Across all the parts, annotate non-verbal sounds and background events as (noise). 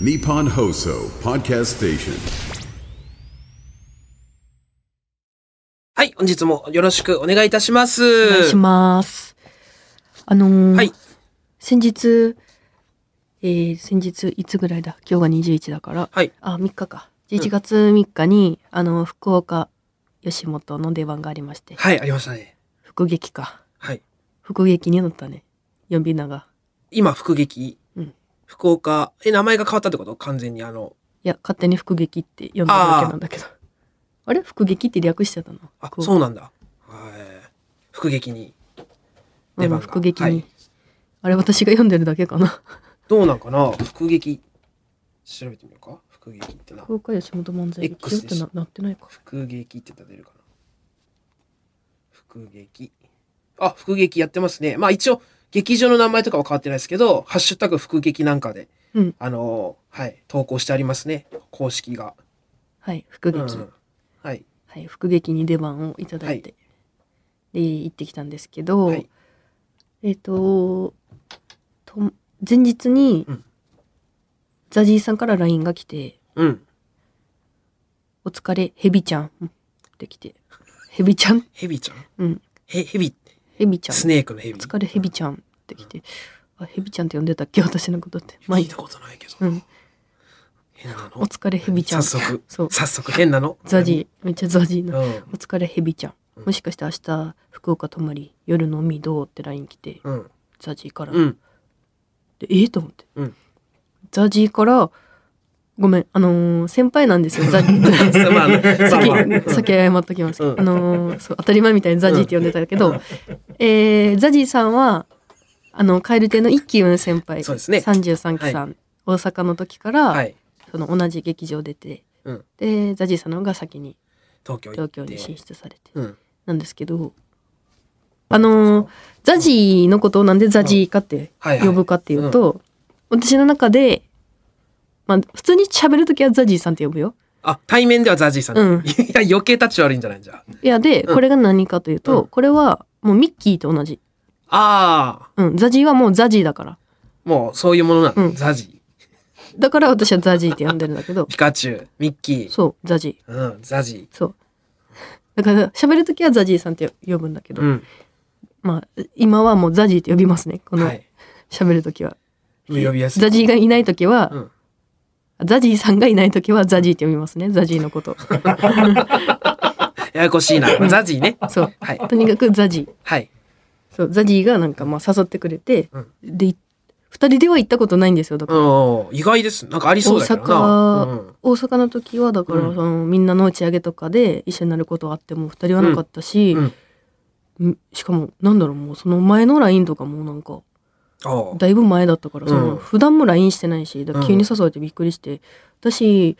Nippon Hoso Podcast Station. はい、本日もよろしくお願いいたします。お願いします。あのーはい、先日、えー先日いつぐらいだ今日が21だから、はいあ、3日か。11月3日に、あの、福岡吉本の出番がありまして、はい、ありましたね。福劇か。はい。福劇に乗ったね。呼び名が。今、福劇、うん福岡、え、名前が変わったってこと完全にあの、いや、勝手に福劇って呼んだだけなんだけど。あれ福劇って略してたのあ、福そうなんだ。はい。福劇に。出番うんが福劇に。はいあれ私が読んでるだけかな。どうなんかな福劇、調べてみようか福劇ってな福。岡吉本漫才劇 X ってななってないか。福劇って言ったら出るかな福劇。あ、福劇やってますね。まあ一応、劇場の名前とかは変わってないですけど、ハッシュタグ福劇なんかで、うんあのーはい、投稿してありますね。公式が。はい、福う劇。ん、はい。はい、福劇に出番をいただいて、で行ってきたんですけど、はいえっ、とと前日に、うんザジーさんから LINE が来てうん。 「お疲れヘビちゃん」って来て「ヘビちゃんヘビちゃんうんへ、ヘビ、ヘビちゃんスネークのヘおビ。疲れヘビちゃん」って来て「あヘビちゃんって呼んでたっけ私のことって」まあ、まあ聞いいいたことないけど。うん、変なおの。疲れヘビちゃん」早速、そう早速変なの。ザジーめっちゃザジーー。なうん「お疲れヘビちゃん」もしかして明日福岡泊まり夜飲みどう?」って LINE 来てうん。ザジーからう。ん。でええと思って、うんザジーから「ごめんあのー先輩なんです (laughs) よザジーそうまあ、まあまあ先先謝っときます、うんあのーそう当たり前みたいにザジーって呼んでたけど、えーザジーさんはあの蛙亭の一期の先輩そうですね33期さん、大阪の時から、はい。その同じ劇場出て、うんでザジーさんの方が先に東京行っ東て。京に進出されて、うん。なんですけどあのーザジーのことをなんでザジーかってはい、はい。呼ぶかっていうと、私の中で、まあ、普通に喋るときはザジーさんって呼ぶよ。あ、対面ではザジーさん。うんいや、余計立ち悪いんじゃないじゃいや、で、うんこれが何かというと、うんこれはもうミッキーと同じ。あ。ああうん、ザジーはもうザジーだから。ー、もうそういうものなの。うんザジだから私はザジーって呼んでるんだけど (laughs) ー、、ピカチュウ、ミッキー。そう、ザジうん、ザジー。そう。だから喋るときはザジーさんって呼ぶんだけー。ど、うん。まあ、今はもうザジーって呼びますね。このはい。喋るときは。もう呼びやすい。ザジーがいないときは、うんザジーさんがいないときはザジーって呼びますね。ザジーの (laughs) こと。ややこしいな。ザジーね。そう。はい。とにかくザジー。はい。そうザジーがなんかまあ誘ってくれて、うんでい二人では行ったことないんですよだかうん、ら、意外です。なんかありそうだけどな。大阪うん大阪の時はだからうんその、みんなの打ち上げとかで一緒になることはあっても二人はなかったし、うんんしかもなんだろうもうその前の LINE とかもなんかああ。だいぶ前だったから、うんその普段も LINE してないしだから急に誘われてびっくりして、私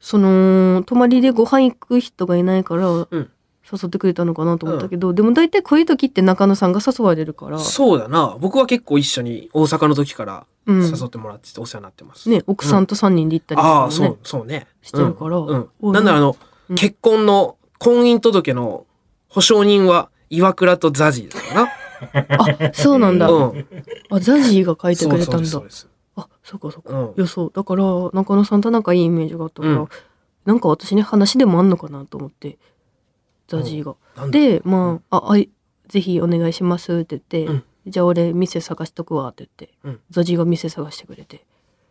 その泊まりでご飯行く人がいないから、ん誘ってくれたのかなと思ったけど、でも大体こういう時って中野さんが誘われるから、そうだな。僕は結構一緒に大阪の時からうん誘ってもらっててお世話になってます。ね、奥さんと3人で行ったりとああ、かそもうね、、そうね。してるからうん。うおんいなんならあの、うん結婚の婚姻届の保証人は岩倉とザジーだからあそうなんだ、な。うん。あザジーが書いてそくうれそたうんでだすそうです。あそうかそうか、うんいやそうだから中野さんとなんかいいイメージがあったから、うんなんか私に話でもあんのかなと思ってザジーが、なんだでまあ,、ああいぜひお願いしますって言って、じゃあ俺店探しとくわって言って、うんザジーが店探してくれて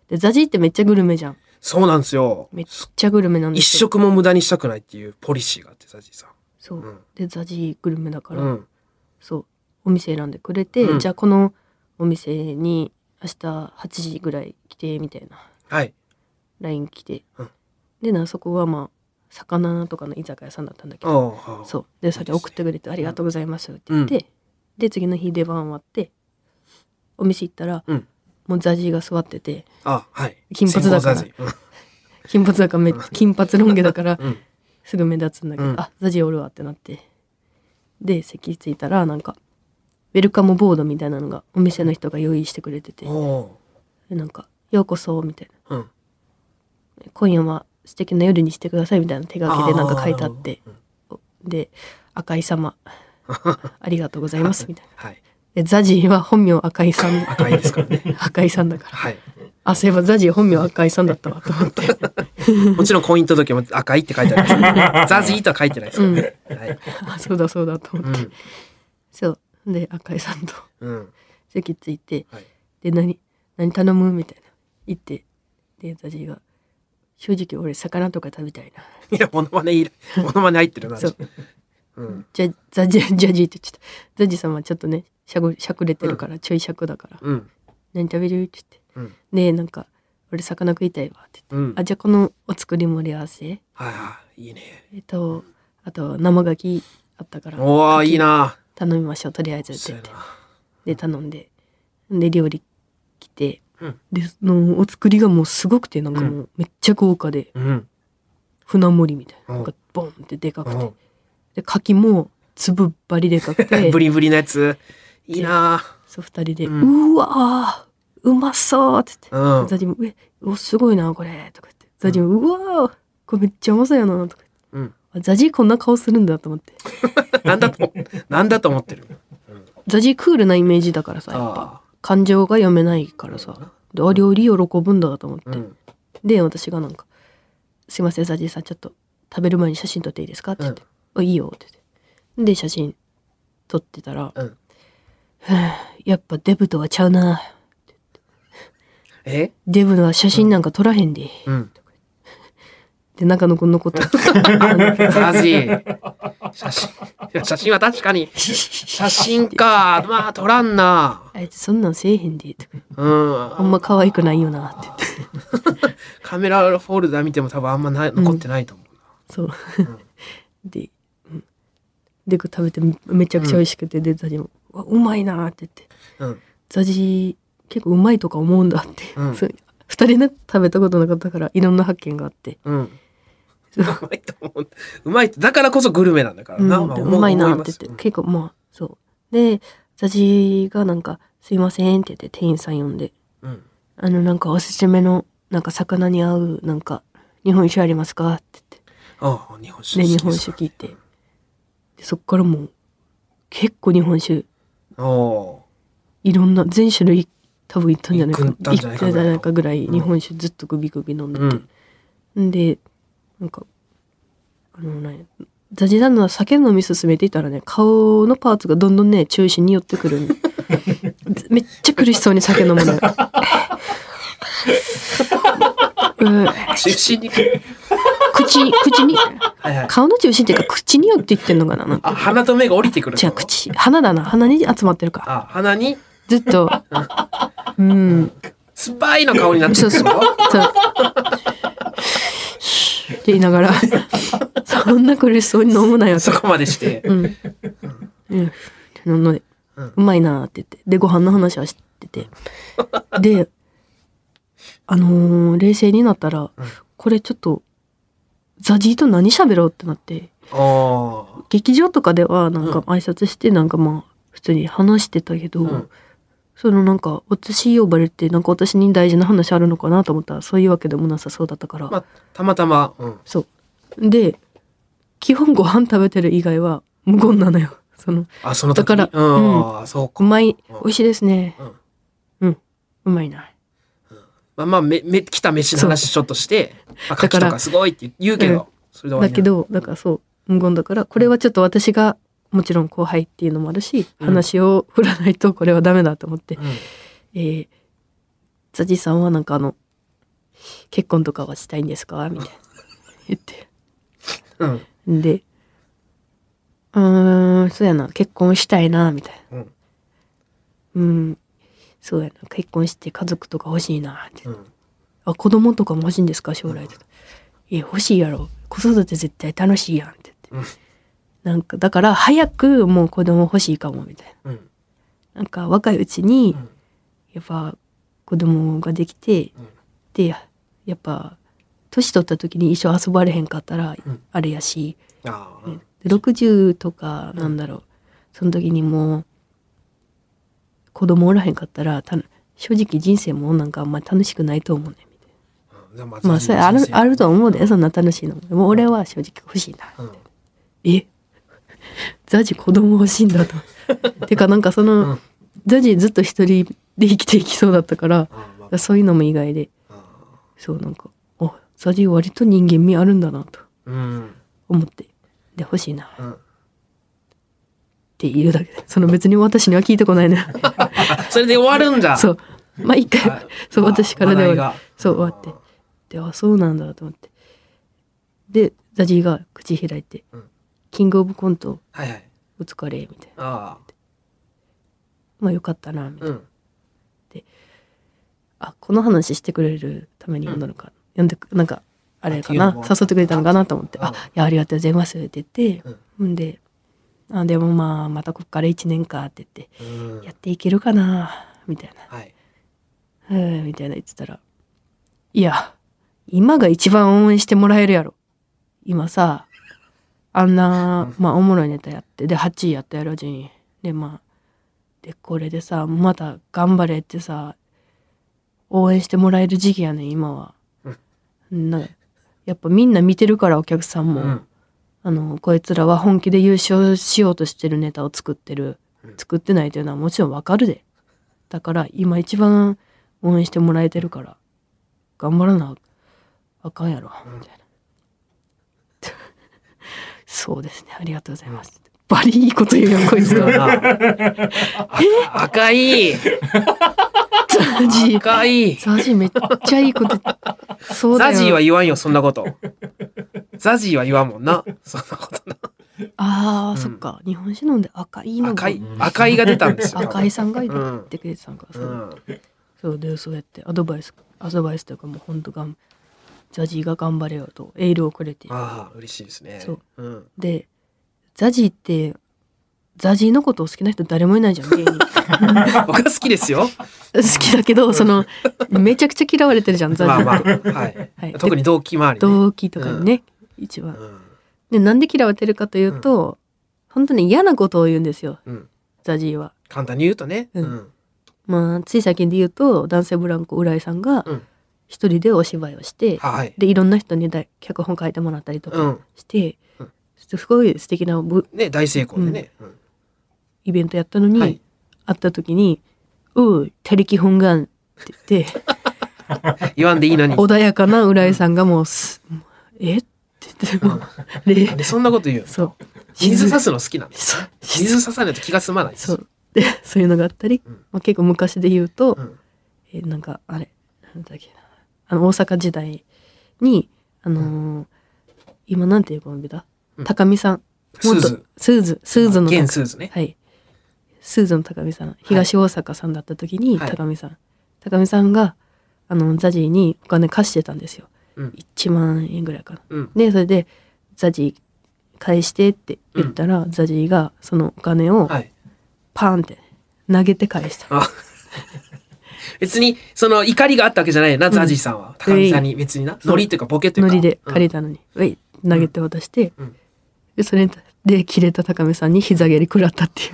でザジーってめっちゃグルメじゃんそうなんですよ。めっちゃグルメなんで一すよ食も無駄にしたくないっていうポリシーがあって、ザジーさそん。う。うんでザジーグルメだから、うん。そうお店選んでくれて、うんじゃあこのお店に明日8時ぐらい来てみたいなはい。 LINE 来て、うんでなそこはまあ魚とかの居酒屋さんだったんだけあどあ。。そううでそれ送ってくれて「ありがとうございます」って言って、で次の日出番終わってお店行ったら、うんもうザジーが座っててあはい。金髪だから先行ザジ金髪だからめっ金髪ロン毛だからー。うん。うんすぐ目立つんだけど、うんあザジーおるわってなってで席着いたらなんかウェルカムボードみたいなのがお店の人が用意してくれてておでなんか「ようこそ」みたいなーうん。 「今夜は素敵な夜にしてください」みたいな手書きでなんか書いてあってー。で「赤井 (laughs) 様ありがとうございます」みたいなはい。でザジーは本名赤井さん (laughs) 赤いですからね。赤井さんだからはい。あ、そういえばザジー本名赤井さんだったわと (laughs) 思って。もちろん婚姻届も赤いって書いてあり (laughs) ます。ザジーとは書いてないですからね。はい。あ、そうだそうだと思うって。ん。そう。で、赤井さんとうん。席ついて、はいで、何、何頼むみたいな。言って、で、ザジーが、正直俺魚とか食べたいな。いや、モノマネいる。モノマネ入ってるな。そううん。じゃ、ザジー、ジャジーって言っちゃった。ザジーさんはちょっとね、しゃぐ、しゃくれてるから、ちょいしゃくだから。うん。何食べるってう言っんて。ねえ、なんか、俺魚食いたいわって言って。うん。あ、じゃあこのお作り盛り合わはせ。いはい。いいね。えっと、あと生牡蠣あったから。おー、いいな。頼みましょうとりあえずってそう言っやてな。で頼んでで料理来て、うんでそのお作りがもうすごくてなんかもううめっちゃ豪華でうん。船盛りみたいな,、うんなんかボンってでかくて、うんで牡蠣も粒ばりでかく (laughs) てブリブリのやつ。いいな。そう二人で「ううんわーうまそう」って言って、うん。ザジも「えおすごいなこれ」とか言ってザジも「うわーこれめっちゃうまそうやな」とかう言っんて、あザジこんな顔するんだと思ってなんだと、なんだと思ってる。ザジクールなイメージだからさやっあぱ感情が読めないからさであ料理喜ぶんだと思って、あ。うん。で私がなんか「すいませんザジーさんちょっと食べる前に写真撮っていいですか?」って言って「あいいよ」って言ってで写真撮ってたら「うんはあやっぱデブとはちゃうなえデブは写真なんか撮らへんで」うん。で中野くんのことザジー。写真。いや、写真は確かに。写真か。まあ、撮らんな。あいつそんなんせえへんで」とかうん。あんま可愛くないよな」って言ってカメラフォルダ見ても多分あんまない残ってないと思う。そうで、うんで食べてめちゃくちゃ美味しくて、でザジも「うわうまいな」って言って。うん。ザジ結構うまいとか思うんだって、うんそう二人で食べたことなかったからいろんな発見があってうん。そううまいと思う。うまいって。だからこそグルメなんだからうんな。であうまいなって言って、思います結構まあそうでザジがなんか「すいません」って言って店員さん呼んでうんうん「あのなんかおすすめのなんか魚に合うなんか日本酒ありますか?」って言っああ、日本て酒。で日本酒聞いてでそっからもう結構日本酒おおいろんな全種類多分いったんじゃないかいったんじゃないかぐらいいったんじゃないかぐらい日本酒ずっとグビグビ飲んでて、うんでなんかあのねザジさんの酒飲み進めていたらね顔のパーツがどんどんね中心に寄ってくるん (laughs) めっちゃ苦しそうに酒飲むのよ。 (laughs) うんー。中心に。はい口口にはい。顔の中心っていうか口に寄っていってんのかななんかあ、鼻と目が降りてくる。違う。口鼻だな鼻に集まってるかあ、鼻に、ずっとうん酸っぱいの顔になってそうる。そう。そう。って言いながら、そんな苦しそうに飲むなよとそ。こまでして。うん。うん。って飲んで、ううんまいなーって言って。で、ご飯の話はしてて。で、あのー冷静になったら、これちょっと、ザジーと何喋ろうってなって、おー劇場とかではなんうかん挨拶して、なんかまあ、普通に話してたけど、うんそのなんか私呼ばれてなんか私に大事な話あるのかなと思ったらそういうわけでもなさそうだったから、まあ、たまたま。うん。そうで基本ご飯食べてる以外は無言なのよそのあ、その時だうかん。らあーそううか。まいうん美味しいですねうん、うまいなまあまあ、め、め、来た飯の話ちょっとして、あ、牡蠣だからとかすごいって言うけうんど、それで終わりだなけどだからそう無言だからこれはちょっと私がもちろん後輩っていうのもあるし、うん話を振らないとこれはダメだと思って、うん。えー、ザジさんはなんかあの結婚とかはしたいんですかみたいな言ってうん。で、うーん、そうやな、結婚したいな、みたいな。うんうん、そうやな、結婚して家族とか欲しいな、って。うん。あ、子供とかも欲しいんですか、将来とか。いや、欲しいやろ。子育て絶対楽しいやん、って言って。なんか、だから、早くもう子供欲しいかも、みたいな。うん。なんか、若いうちにうん、やっぱ、子供ができて、で、やっぱ、年取った時に一生遊ばれへんかったらうん、あれやし、ああ。で60とかなんだろう、その時にもう子供おらへんかったらた正直人生もなんかあんまり楽しくないと思うねみたいうんなまあそれあるある。とは思うでそんな楽しいのももう俺は正直欲しいな、うんえ (laughs) ザジ子供欲しいん (laughs) だとてかなんかその、うんザジずっと一人で生きていきそうだったからあーまあまらそういうのも意外でそうなんかあザジ割と人間味あるんだなとうん。思ってで欲しいなうっんているだけでその別に私には聞いてこない (laughs) なあそれで終わるんだ。そうまあ一回あそう私からで話題はがそう終わってであそうなんだと思ってでザジが口開いて、うんキングオブコントはいはい。お疲れ」みたいなあ「まあよかったな」みたいあ。な、うん。あこの話してくれるために読んだのか、読んでくなんかあれかあっていなうのも誘ってくれたのかなと思って「うんあいやありがとうございます」って言って、ん、であでもまあまたこっから1年かって言ってうん「やっていけるかな」みたいなはい。 「うん」みたいな言ってたら「いや今が一番応援してもらえるやろ今さあんな、まあ、おもろいネタやってで8位やったやろ順位でまあでこれでさまた頑張れってさ応援してもらえる時期やねん今は。なんかやっぱみんな見てるからお客さんも、うんあのこいつらは本気で優勝しようとしてるネタを作ってる作ってないというのはもちろんわかるでだから今一番応援してもらえてるから頑張らなあかんやろみたいな、 (laughs) そうですねありがとうございます、バリいいこと言うやんこいつそう (laughs) らだなあ赤いザジー赤いザジーめっちゃいいことそうだザよジーは言わんよ、そんな (laughs) こと。ザジーは言わんもんな。そんなことな。あー、そっか日本酒飲んで赤いのが赤い、赤いが出たんですよ。 (laughs) 赤井さんがいてうん。ってくれてたんか、そううんそうでそうやってアドバイスアドバイスというかもうほんとがんザジーが頑張れよとエールをくれてああ、嬉しいですね。そう。うん。でザジーってザジーのことを好きな人誰もいないじゃん (laughs) 芸人僕は好きですよ。好きだけどそのめちゃくちゃ嫌われてるじゃん (laughs) ザジまあーまあ。ってはい。はい特に動機周り、ね。同期とかにね、一番うん。でなんで嫌われてるかというと、本当に嫌なことを言うんですようん。ザジーは簡単に言うとね。ううんん。まあつい最近で言うと男性ブランコ浦井さんがうん一人でお芝居をして、はい。でいろんな人にだ脚本書いてもらったりとかうん。して、うんすごい素敵なぶね、大成功でね。うん。イベントやったのに、はい会った時に「うう他力本願」っ (laughs) て言って言わんでいいのに。穏やかな浦井さんがもうす「もうえっ?」て言ってもうなでんでそんなこと言う (laughs) のそう水差さすの好きなのそう水差さないと気が済まないです。そうで (laughs) そういうのがあったり、うんまあ、結構昔で言うと、うん。えーなんかあれなんだっけなあの大阪時代にあのー今なんていうコンビだ、うん高見さんスー元ズ。スーズスーズの現スーズね。はい。スーズの高見さん、東大阪さんだった時に、はい高見さん、高見さんが、あの、ザジーにお金貸してたんですよ。うん。 1万円ぐらいかな。うん。で、それで、ザジー返してって言ったら、ザジーがそのお金をはい。パーンって投げて返した。あ別に、その怒りがあったわけじゃないよな、ザジーさんは。高見さんに別にな。ノリというかボケというノか。リで借りて。たのに、うい投げて渡して、うんでそれで切れた高見さんに膝蹴り食らったってい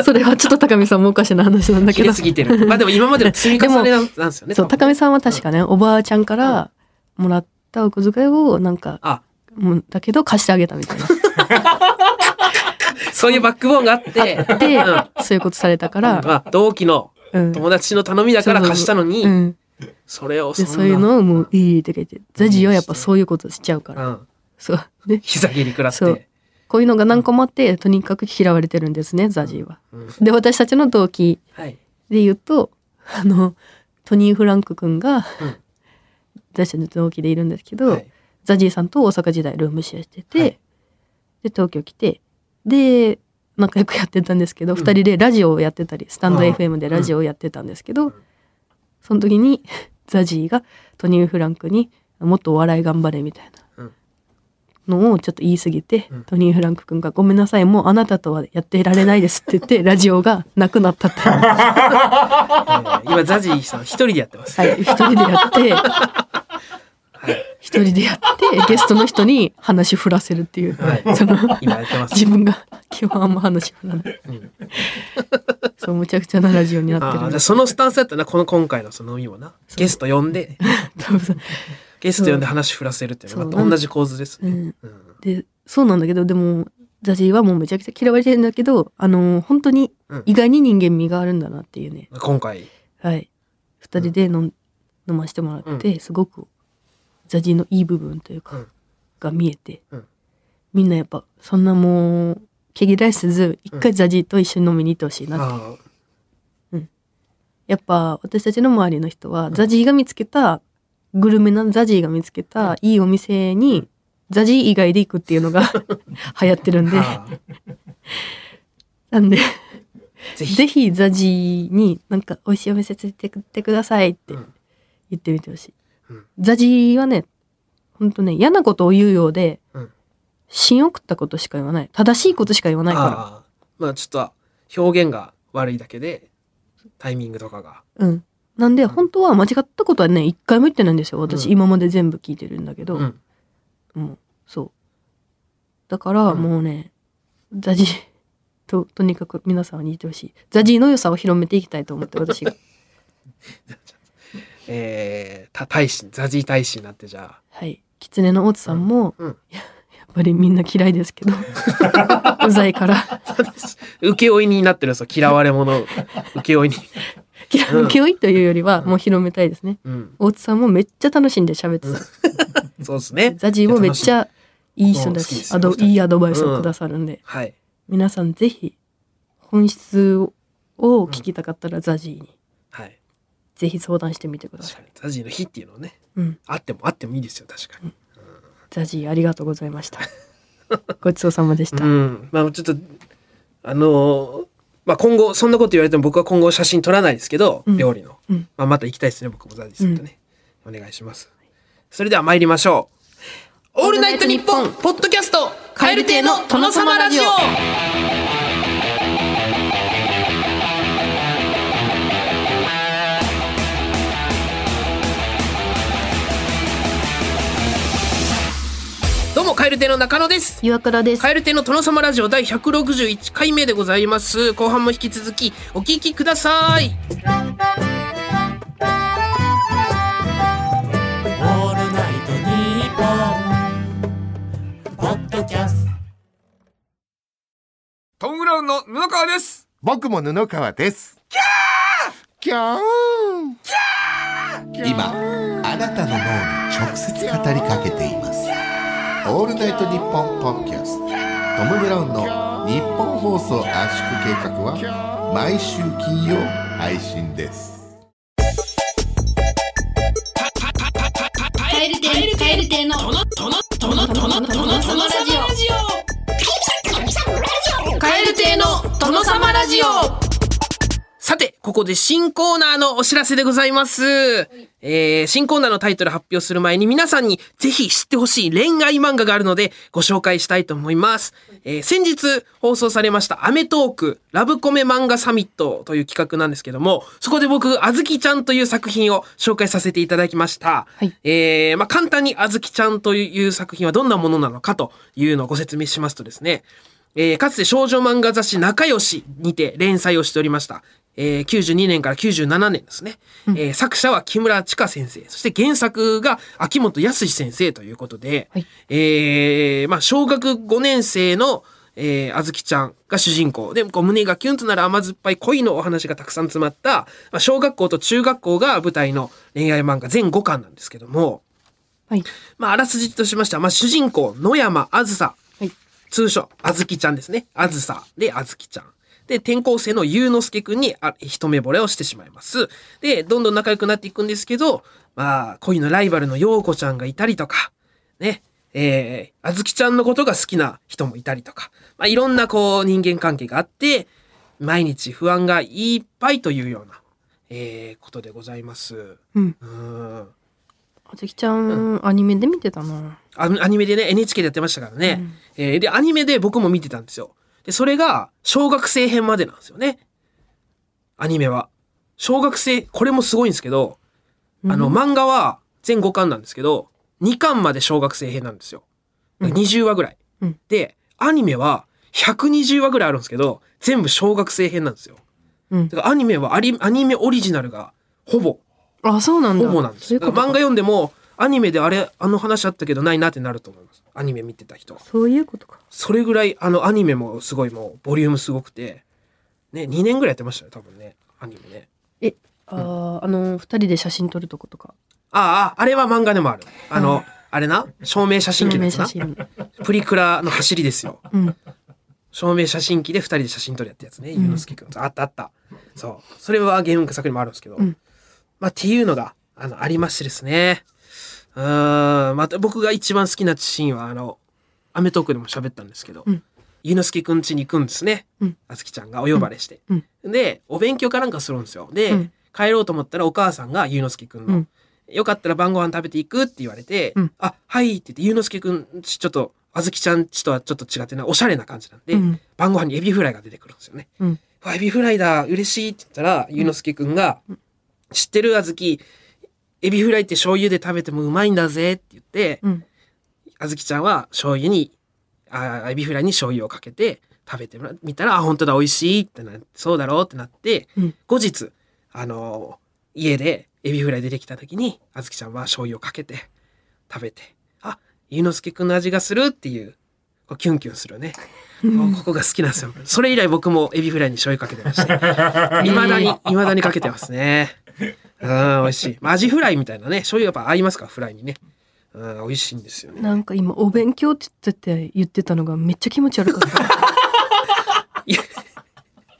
う (laughs) それはちょっと高見さんもおかしな話なんだ切けどれすぎて (laughs) る。まあでも今までの積み重ねなんですよね。そう多分高見さんは確かね、おばあちゃんからもらったお小遣いをなんかあ、もうだけど貸してあげたみたいな (laughs) そういうバックボーンがあって、で、うんそういうことされたかまら、あ同期のうん、友達の頼みだから貸したのにう、ん、それをそでんなそういうのをもういいとか言ってザジはやっぱそういうことしちゃうかうら、ん。そうね膝蹴り食らっそうて。こういうのが何個もあってとにかく嫌われてるんですねザジは。うんで私たちの動機はい。で言うとあのトニー・フランク君が、うん私たちの同期でいるんですけど、はいザジーさんと大阪時代ルームシェアしてて、はいで東京来てで仲良くやってたんですけど、ん二人でラジオをやってたりスタンドああ FM でラジオをやってたんですけうど、んその時にザジーがトニー・フランクに「もっとお笑い頑張れ」みたいな。うんのをちょっと言い過ぎて、うんトニー・フランク君が「ごめんなさいもうあなたとはやってられないです」って言って (laughs) ラジオがなくなったってはえー今、ザジーさん一人でやって (laughs) ます。い一人でやってはい。一人でやってゲストの人に話振らせるっていう、はいその今やってます自。分が基本あんま話振らない、んそうむちゃくちゃなラジオになってあるあんじゃであそのスタンスだったな、この今回のその海もな。ゲスト呼んで、多分さゲスト呼んで話振らせるっていうのそうが同じ構図ですうね。んうんでそうなんだけどでもザジーはもうめちゃくちゃ嫌われてるんだけどあのー本当にうん意外に人間味があるんだなっていうね、今回。はい二人で飲ん飲ませてもらって、すごくザジのいい部分というか、うんが見えて、うんみんなやっぱそんなもう毛嫌いせず一回ザジと一緒に飲みに行ってほしいなって、あやっぱ私たちの周りの人は、ザジーが見つけたグルメなザジーが見つけたいいお店に、ザジー以外で行くっていう (laughs) のが流行ってるんーで、あー。なんでぜひ。ぜひザジーになんか美味しいお店ついてってくださいってうん言ってみてほしい、うんザジーはねほんとね嫌なことを言うようで、うん芯を食ったことしか言わない正しいことしか言わないあかーまあちょっと表現が悪いだけでタイミングとかが。らうんなんで本当は間違ったことはね一回も言ってないんですよ私、うん今まで全部聞いてるんだけど、うんもうそうだからうんもうね、ザジー (laughs) ととにかく皆さんに言ってほしいザジーの良さを広めていきたいと思って私 (laughs) がえー、た大使ザジー大使になってじゃあ。 (laughs) はい狐の大津さんも、うんうんいややっぱりみんな嫌いです (laughs) けどうざいから請負いになってるそう嫌われ者請負いに。嫌うんいというよりはもう広めたいですねうん、大津さんもめっちゃ楽しんで喋ってたそうですね。ザジーもめっちゃゃいい人だうん好きでしすよアド二人いいアドバイスをくださるんで、楽しい。はい。皆さんぜひ本質をを聞きたかったらザジーにはい。ぜひ相談してみてくだ確さかいにザジーの日っていうのをね、うんあってもあってもいいですよ確かに。ザジーありがとうございました。 (laughs) ごちそうさまでした。うん、まあちょっとあのーまあ今後そんなこと言われても僕は今後写真撮らないですけど、うん料理の、うんまあまた行きたいですね僕もザジさんとね、お願いしますそれでは参りましょうオールナイトニッポンポッドキャストカエル亭の殿様ラジオどうもカエル亭の中野です岩倉です。カエル亭の殿様ラジオ第161回目でございます。後半も引き続きお聞きください。オールナイトニッポン」ポッドキャストトム・ブラウンの布川です僕も布川です。キャー今あなたの脳に直接語りかけていますオールナイトニッポンポッドキャストトム・ブラウンの日本放送圧縮計画は毎週金曜配信ですカエル亭の殿様ラジオさて、ここで新コーナーのお知らせでございます。えー、新コーナーのタイトル発表する前に皆さんにぜひ知ってほしい恋愛漫画があるのでご紹介したいと思います。えー、先日放送されましたアメトークラブコメ漫画サミットという企画なんですけども、そこで僕、あずきちゃんという作品を紹介させていただきました。はいえー、まあ、簡単にあずきちゃんという作品はどんなものなのかというのをご説明しますとですね、えーかつて少女漫画雑誌仲良しにて連載をしておりました。えー92年から97年ですね、えー作者は木村千佳先生。そして原作が秋元康先生ということで、はいえーまあ、小学5年生の、えーあずきちゃんが主人公。で、こう胸がキュンとなる甘酸っぱい恋のお話がたくさん詰まった、まあ、小学校と中学校が舞台の恋愛漫画全5巻なんですけども、はい。まあ、あらすじとしましては、まあ、主人公、野山あずさ。はい通称、あずきちゃんですね。あずさで、あずきちゃん。で、転校生のゆうのすけくんにあ一目惚れをしてしまいます。で、どんどん仲良くなっていくんですけど、まあ、恋のライバルのようこちゃんがいたりとか、ね、えー、あずきちゃんのことが好きな人もいたりとか、まあ、いろんなこう、人間関係があって、毎日不安がいっぱいというような、えー、ことでございます。うんうんあずきちゃん、アニメで見てたな。アアニメでね、NHK でやってましたからね。えーで、アニメで僕も見てたんですよ。で、それが、小学生編までなんですよね。アニメは。小学生、これもすごいんですけど、あの、漫画は全5巻なんですけど、2巻まで小学生編なんですよ。だから20話ぐらい。うんで、アニメは120話ぐらいあるんですけど、全部小学生編なんですよ。うんだからアニメはアリ、アニメオリジナルが、ほぼあ、そうなんだ。ほぼなんですそういよ。うこと漫画か。読んでも、アニメであれ、あの話あったけどないなってなると思います。アニメ見てた人は。そういうことか。それぐらい、あの、アニメもすごいもう、ボリュームすごくて、ね、2年ぐらいやってましたよ、多分ね。アニメね。あーあの二人で写真撮るとことかああ、あれは漫画でもある。あの、あれな、証明写真機のやつ写な。真プリクラの走りですよ。うん証明写真機で二人で写真撮るやったやつね。ゆうのすけくん。あったあった。そう。それはゲーム作にもあるんですけど。んまあ、っていうのが、あの、ありましてですね。うーん。また僕が一番好きなシーンは、あの、アメトークでも喋ったんですけど、ゆうのすけくん家に行くんですね。うんあつきちゃんがお呼ばれして。うんで、お勉強かなんかするんですよ。で、うん帰ろうと思ったらお母さんがゆうのすけくんの、うんよかったら晩ご飯食べていくって言われて、うんあ、はいって言って、ゆうのすけくんち、ちょっと、あずきちゃんちとはちょっと違ってな、おしゃれな感じなんで、うん晩ご飯にエビフライが出てくるんですよね。うんうわエビフライだ、嬉しいって言ったら、ゆうのすけくんが、知ってるあずき、エビフライって醤油で食べてもうまいんだぜって言って、うんあずきちゃんは醤油に、あエビフライに醤油をかけて食べてみたら、あ、本当だ、美味しいってなって、そうだろうってなって、うん後日、あのー家でエビフライ出てきた時に、あずきちゃんは醤油をかけて食べて、あ、ゆうのすけくんの味がするっていう、こうキュンキュンするね。もうここが好きなんですよ。それ以来僕もエビフライに醤油かけてました。未だに、未だにかけてますね。うん、美味しい。まあアジフライみたいなね、醤油やっぱ合いますから、フライにね。うん、美味しいんですよね。なんか今お勉強って言ってて言ってたのがめっちゃ気持ち悪か (laughs) ったいや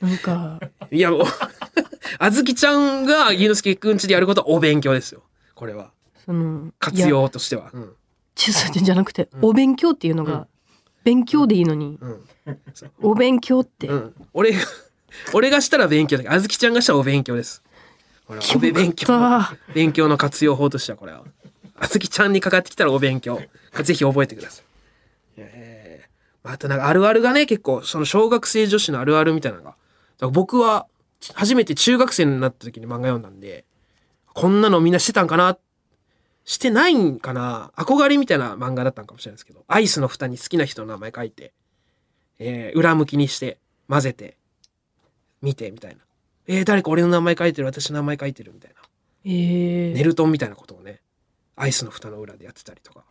なんかいや、もう、 (laughs) あずきちゃんがゆうのすけくんちでやることはお勉強ですよ。これは。その活用としては。うん。中枢点じゃなくて、お勉強っていうのが、勉強でいいのに、んお勉強って、うん。俺が、俺がしたら勉強だけど、あずきちゃんがしたらお勉強です。これは、おべ勉強の。 (laughs) 勉強の活用法としては、これは。あずきちゃんにかかってきたらお勉強。ぜひ覚えてください。えー、あとなんかあるあるがね、結構、その小学生女子のあるあるみたいなのが。だから僕は、初めて中学生になった時に漫画読んだんで、こんなのみんなしてたんかなしてないんかな憧れみたいな漫画だったんかもしれないですけど、アイスの蓋に好きな人の名前書いて、えー裏向きにして、混ぜて、見て、みたいな。えー誰か俺の名前書いてる、私の名前書いてる、みたいな。えーネルトンみたいなことをね、アイスの蓋の裏でやってたりとか、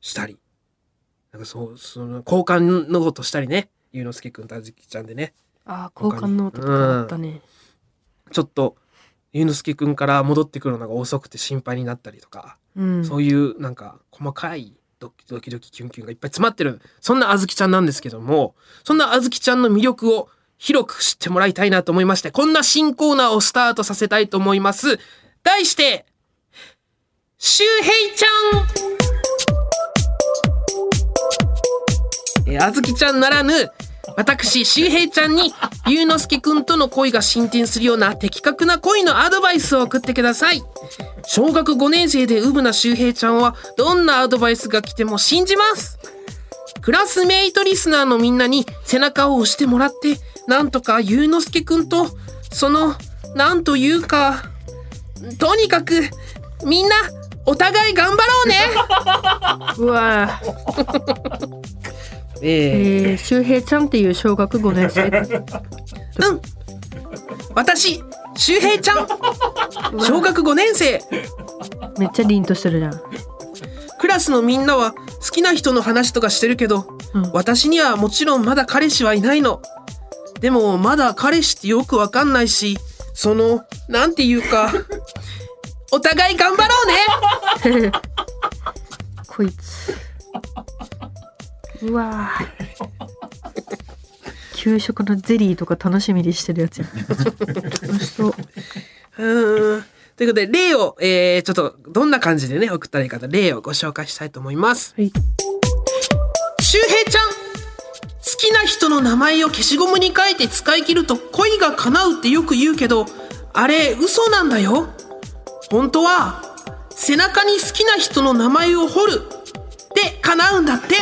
したり。なんかそう、その、交換のことしたりね、ゆうのすけくんとあずきちゃんでね、あー交換ノートとかあったね、ちょっと、ゆうのすけくんから戻ってくるのが遅くて心配になったりとか、うん、そういうなんか細かいドキドキドキキュンキュンがいっぱい詰まってる、そんなあずきちゃんなんですけども、そんなあずきちゃんの魅力を広く知ってもらいたいなと思いまして、こんな新コーナーをスタートさせたいと思います。題して、周平ちゃんえーあずきちゃんならぬ、私、周平ちゃんに、ゆうのすけくんとの恋が進展するような的確な恋のアドバイスを送ってください。小学5年生でウブな周平ちゃんはどんなアドバイスが来ても信じますクラスメイトリスナーのみんなに背中を押してもらってなんとかゆうのすけくんとそのなんというかとにかくみんなお互い頑張ろうねうわー (laughs) えええー、周平ちゃんっていう小学5 (laughs) 年生うん私周平ちゃん小学5年生めっちゃ凛としてるじゃんクラスのみんなは好きな人の話とかしてるけど、うん私にはもちろんまだ彼氏はいないの。でもまだ彼氏ってよくわかんないし、その、なんていうか、お互い頑張ろうね (laughs) こいつうわー給食のゼリーとか楽しみにしてるやつや楽しそううーん。ということで、例を、えー、ちょっと、どんな感じでね、送ったらいいかと、例をご紹介したいと思います。はい周平ちゃん好きな人の名前を消しゴムに書いて使い切ると恋が叶うってよく言うけどあれ嘘なんだよ本当は背中に好きな人の名前を彫るで叶うんだって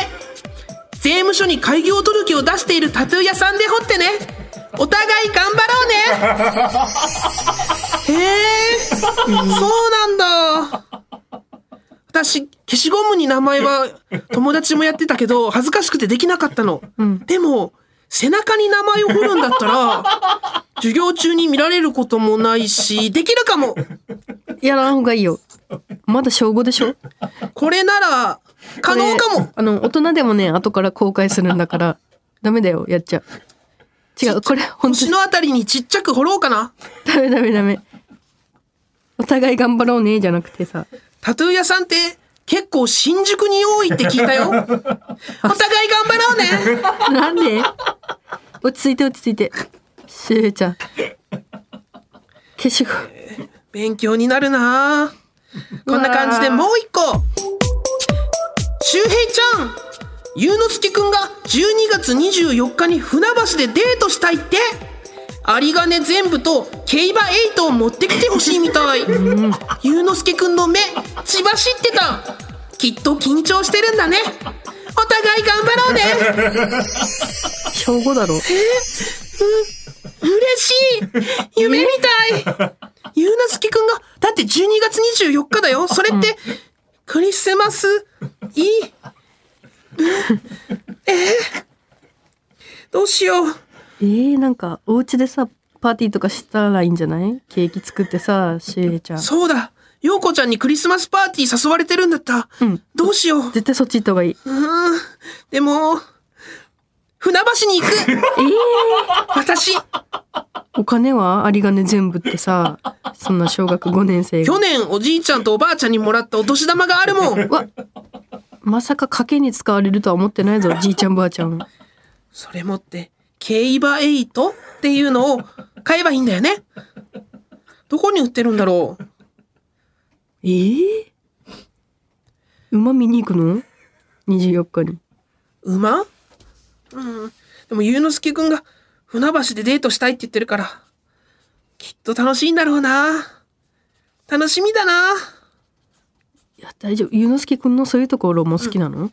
税務署に開業届を出しているタトゥー屋さんで彫ってねお互い頑張ろうねへえそうなんだ私、消しゴムに名前は友達もやってたけど、恥ずかしくてできなかったの。でも、背中に名前を彫るんだったら、授業中に見られることもないし、できるかも。やらんほうがいいよまだ小5でしょこれなら、可能かもこれ。あの大人でもね後から後悔するんだからダメだよやっちゃう違うこれ本当腰にのあたりにちっちゃく彫ろうかな。ダメダメダメ互い頑張ろうねじゃなくてさタトゥー屋さんって結構新宿に多いって聞いたよ。お互い頑張ろうね。な (laughs) んで落ち着いて落ち着いてしゅうちゃん消しゴム勉強になるなこんな感じでもう一個周平ちゃんゆうのすけくんが12月24日に船橋でデートしたいって有り金全部と競馬8を持ってきてほしいみたいゆうのすけくんの目血走ってたきっと緊張してるんだねお互い頑張ろうね正午だろ嬉しい夢みたいゆうなずきくんが、だって12月24日だよそれって、クリスマスいいえーどうしようえー、なんかお家でさパーティーとかしたらいいんじゃないケーキ作ってさしゅうちゃんそうだ陽子ちゃんにクリスマスパーティー誘われてるんだった、んどうしよう絶対そっち行った方がいいうんでも船橋に行く、私お金は有り金全部ってさそんな小学5年生が去年おじいちゃんとおばあちゃんにもらったお年玉があるもんわまさか賭けに使われるとは思ってないぞじいちゃんばあちゃんそれ持って、競馬エイトっていうのを買えばいいんだよね。どこに売ってるんだろう。えー、馬見に行くの ?24 日に馬うん。でも、ゆうのすけくんが船橋でデートしたいって言ってるから、きっと楽しいんだろうな。楽しみだな。いや大丈夫ゆうのすけくんのそういうところも好きなの、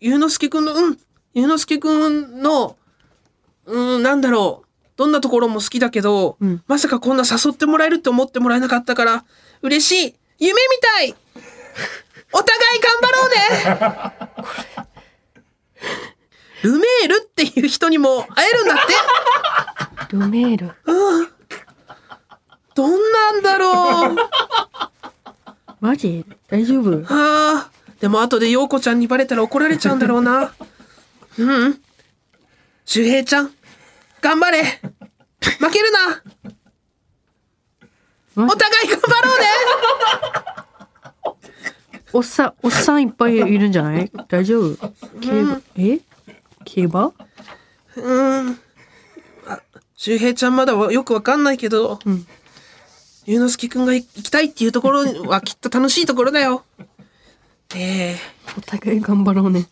ゆうのすけくんの、うん。ゆうのすけくんの、うん、なんだろう。どんなところも好きだけど、うんまさかこんな誘ってもらえるって思ってもらえなかったから、嬉しい夢みたいお互い頑張ろうね (laughs) ルメールっていう人にも会えるんだってルメールどんなんだろうマジ大丈夫あーでも後で陽子ちゃんにバレたら怒られちゃうんだろうな。うんうん。周平ちゃん、頑張れ負けるなお互い頑張ろうねおっさんおっさんいっぱいいるんじゃない大丈夫競馬、え競馬周平ちゃんまだわよくわかんないけど、ゆうのすけくんが行きたいっていうところはきっと楽しいところだよ。えー、お互い頑張ろうね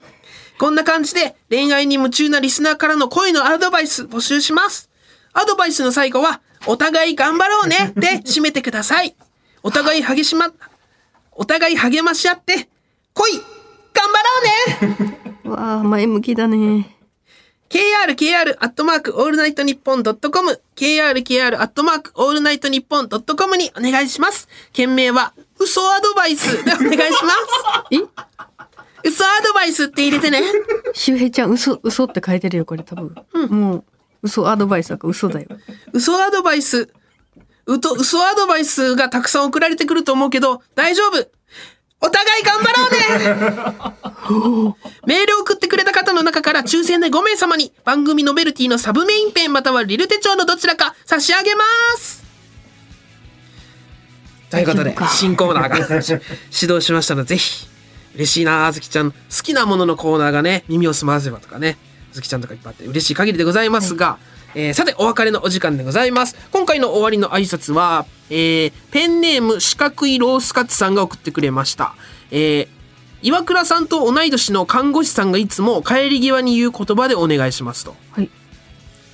こんな感じで恋愛に夢中なリスナーからの恋のアドバイス募集します。アドバイスの最後は、お互い頑張ろうねで締めてください。お互い励しま、お互い励まし合って、恋、頑張ろうねわあ前向きだね !krkr アットマークオールナイトニッポンドットコム krkr アットマークオールナイトニッポンドットコムにお願いします。件名は、嘘アドバイスでお願いし (laughs) ます。え嘘アドバイスって入れてね。周平ちゃん嘘嘘って書いてるよこれ多分、もう嘘アドバイスだから嘘だよ嘘アドバイス、うと、嘘アドバイスがたくさん送られてくると思うけど、大丈夫お互い頑張ろうね (laughs) メールを送ってくれた方の中から抽選で5名様に番組ノベルティのサブメインペンまたはリル手帳のどちらか差し上げますということで、新コーナーが始動しましたので、ぜひ、嬉しいなあずきちゃん、好きなもののコーナーがね、耳を澄ませばとかね、あずきちゃんとかいっぱいあって嬉しい限りでございますが、えーさて、お別れのお時間でございます。今回の終わりの挨拶は、えーペンネーム四角いロースカツさんが送ってくれました。えー岩倉さんと同い年の看護師さんがいつも帰り際に言う言葉でお願いしますと。はい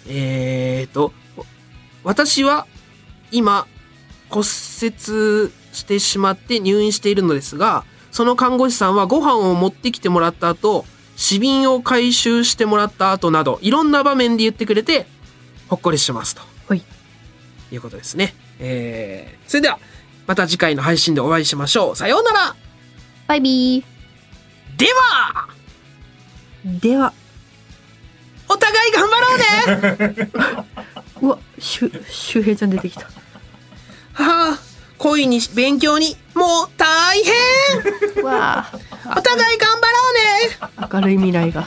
えーと、私は今骨折してしまって入院しているのですが、その看護師さんはご飯を持ってきてもらった後、死瓶を回収してもらった後など、いろんな場面で言ってくれて、ほっこりしますとはいいうことですね。えー、それでは、また次回の配信でお会いしましょう。さようならバイビではーではお互い頑張ろうね (laughs) うわしゅ周平ちゃん出てきたはあ、恋にし勉強に、もう大変わあお互い頑張ろうね明るい未来が